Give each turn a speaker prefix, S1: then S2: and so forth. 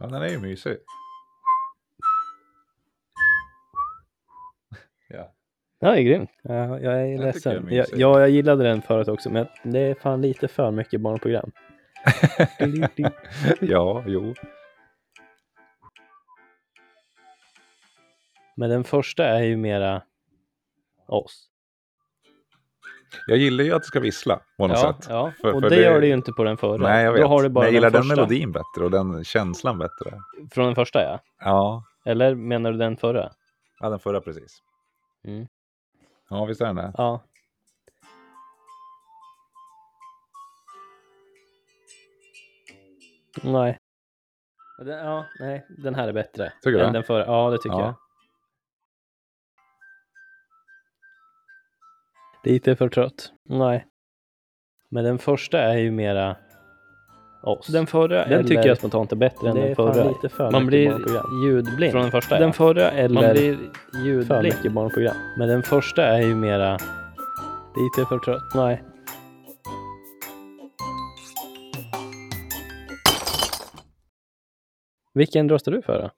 S1: Ja, den är ju mysig. Ja.
S2: Ja, det är grym. Ja, jag är
S1: tycker jag
S2: ledsen.
S1: är
S2: Jag,
S1: mysig.
S2: ja, jag gillade den förut också, men det är fan lite för mycket barnprogram.
S1: ja, jo.
S2: Men den första är ju mera oss.
S1: Jag gillar ju att det ska vissla på något
S2: Ja,
S1: sätt.
S2: ja.
S1: För-
S2: och
S1: för
S2: det,
S1: det-
S2: gör det ju inte på den förra.
S1: Nej, jag vet.
S2: Då har du bara
S1: Men jag gillar
S2: den
S1: den,
S2: första.
S1: melodin bättre och den känslan bättre.
S2: Från den första, ja.
S1: Ja,
S2: Eller menar du den förra?
S1: ja den förra precis.
S2: Mm.
S1: Ja, visst är den det?
S2: Ja. Nej. Ja, Den, ja, nej, den här är bättre.
S1: Tycker du
S2: än
S1: det?
S2: Den förra. Ja, det tycker
S1: Ja.
S2: jag. Lite för trött. Nej. Men den första är ju mera oss. Den förra Den tycker jag spontant är bättre än den förra. Man blir ljudblind. Från den första Den förra eller... Man blir ljudblind. För mycket barnprogram. Men den första är ju mera... Lite för trött. Nej. Vilken röstar du för då?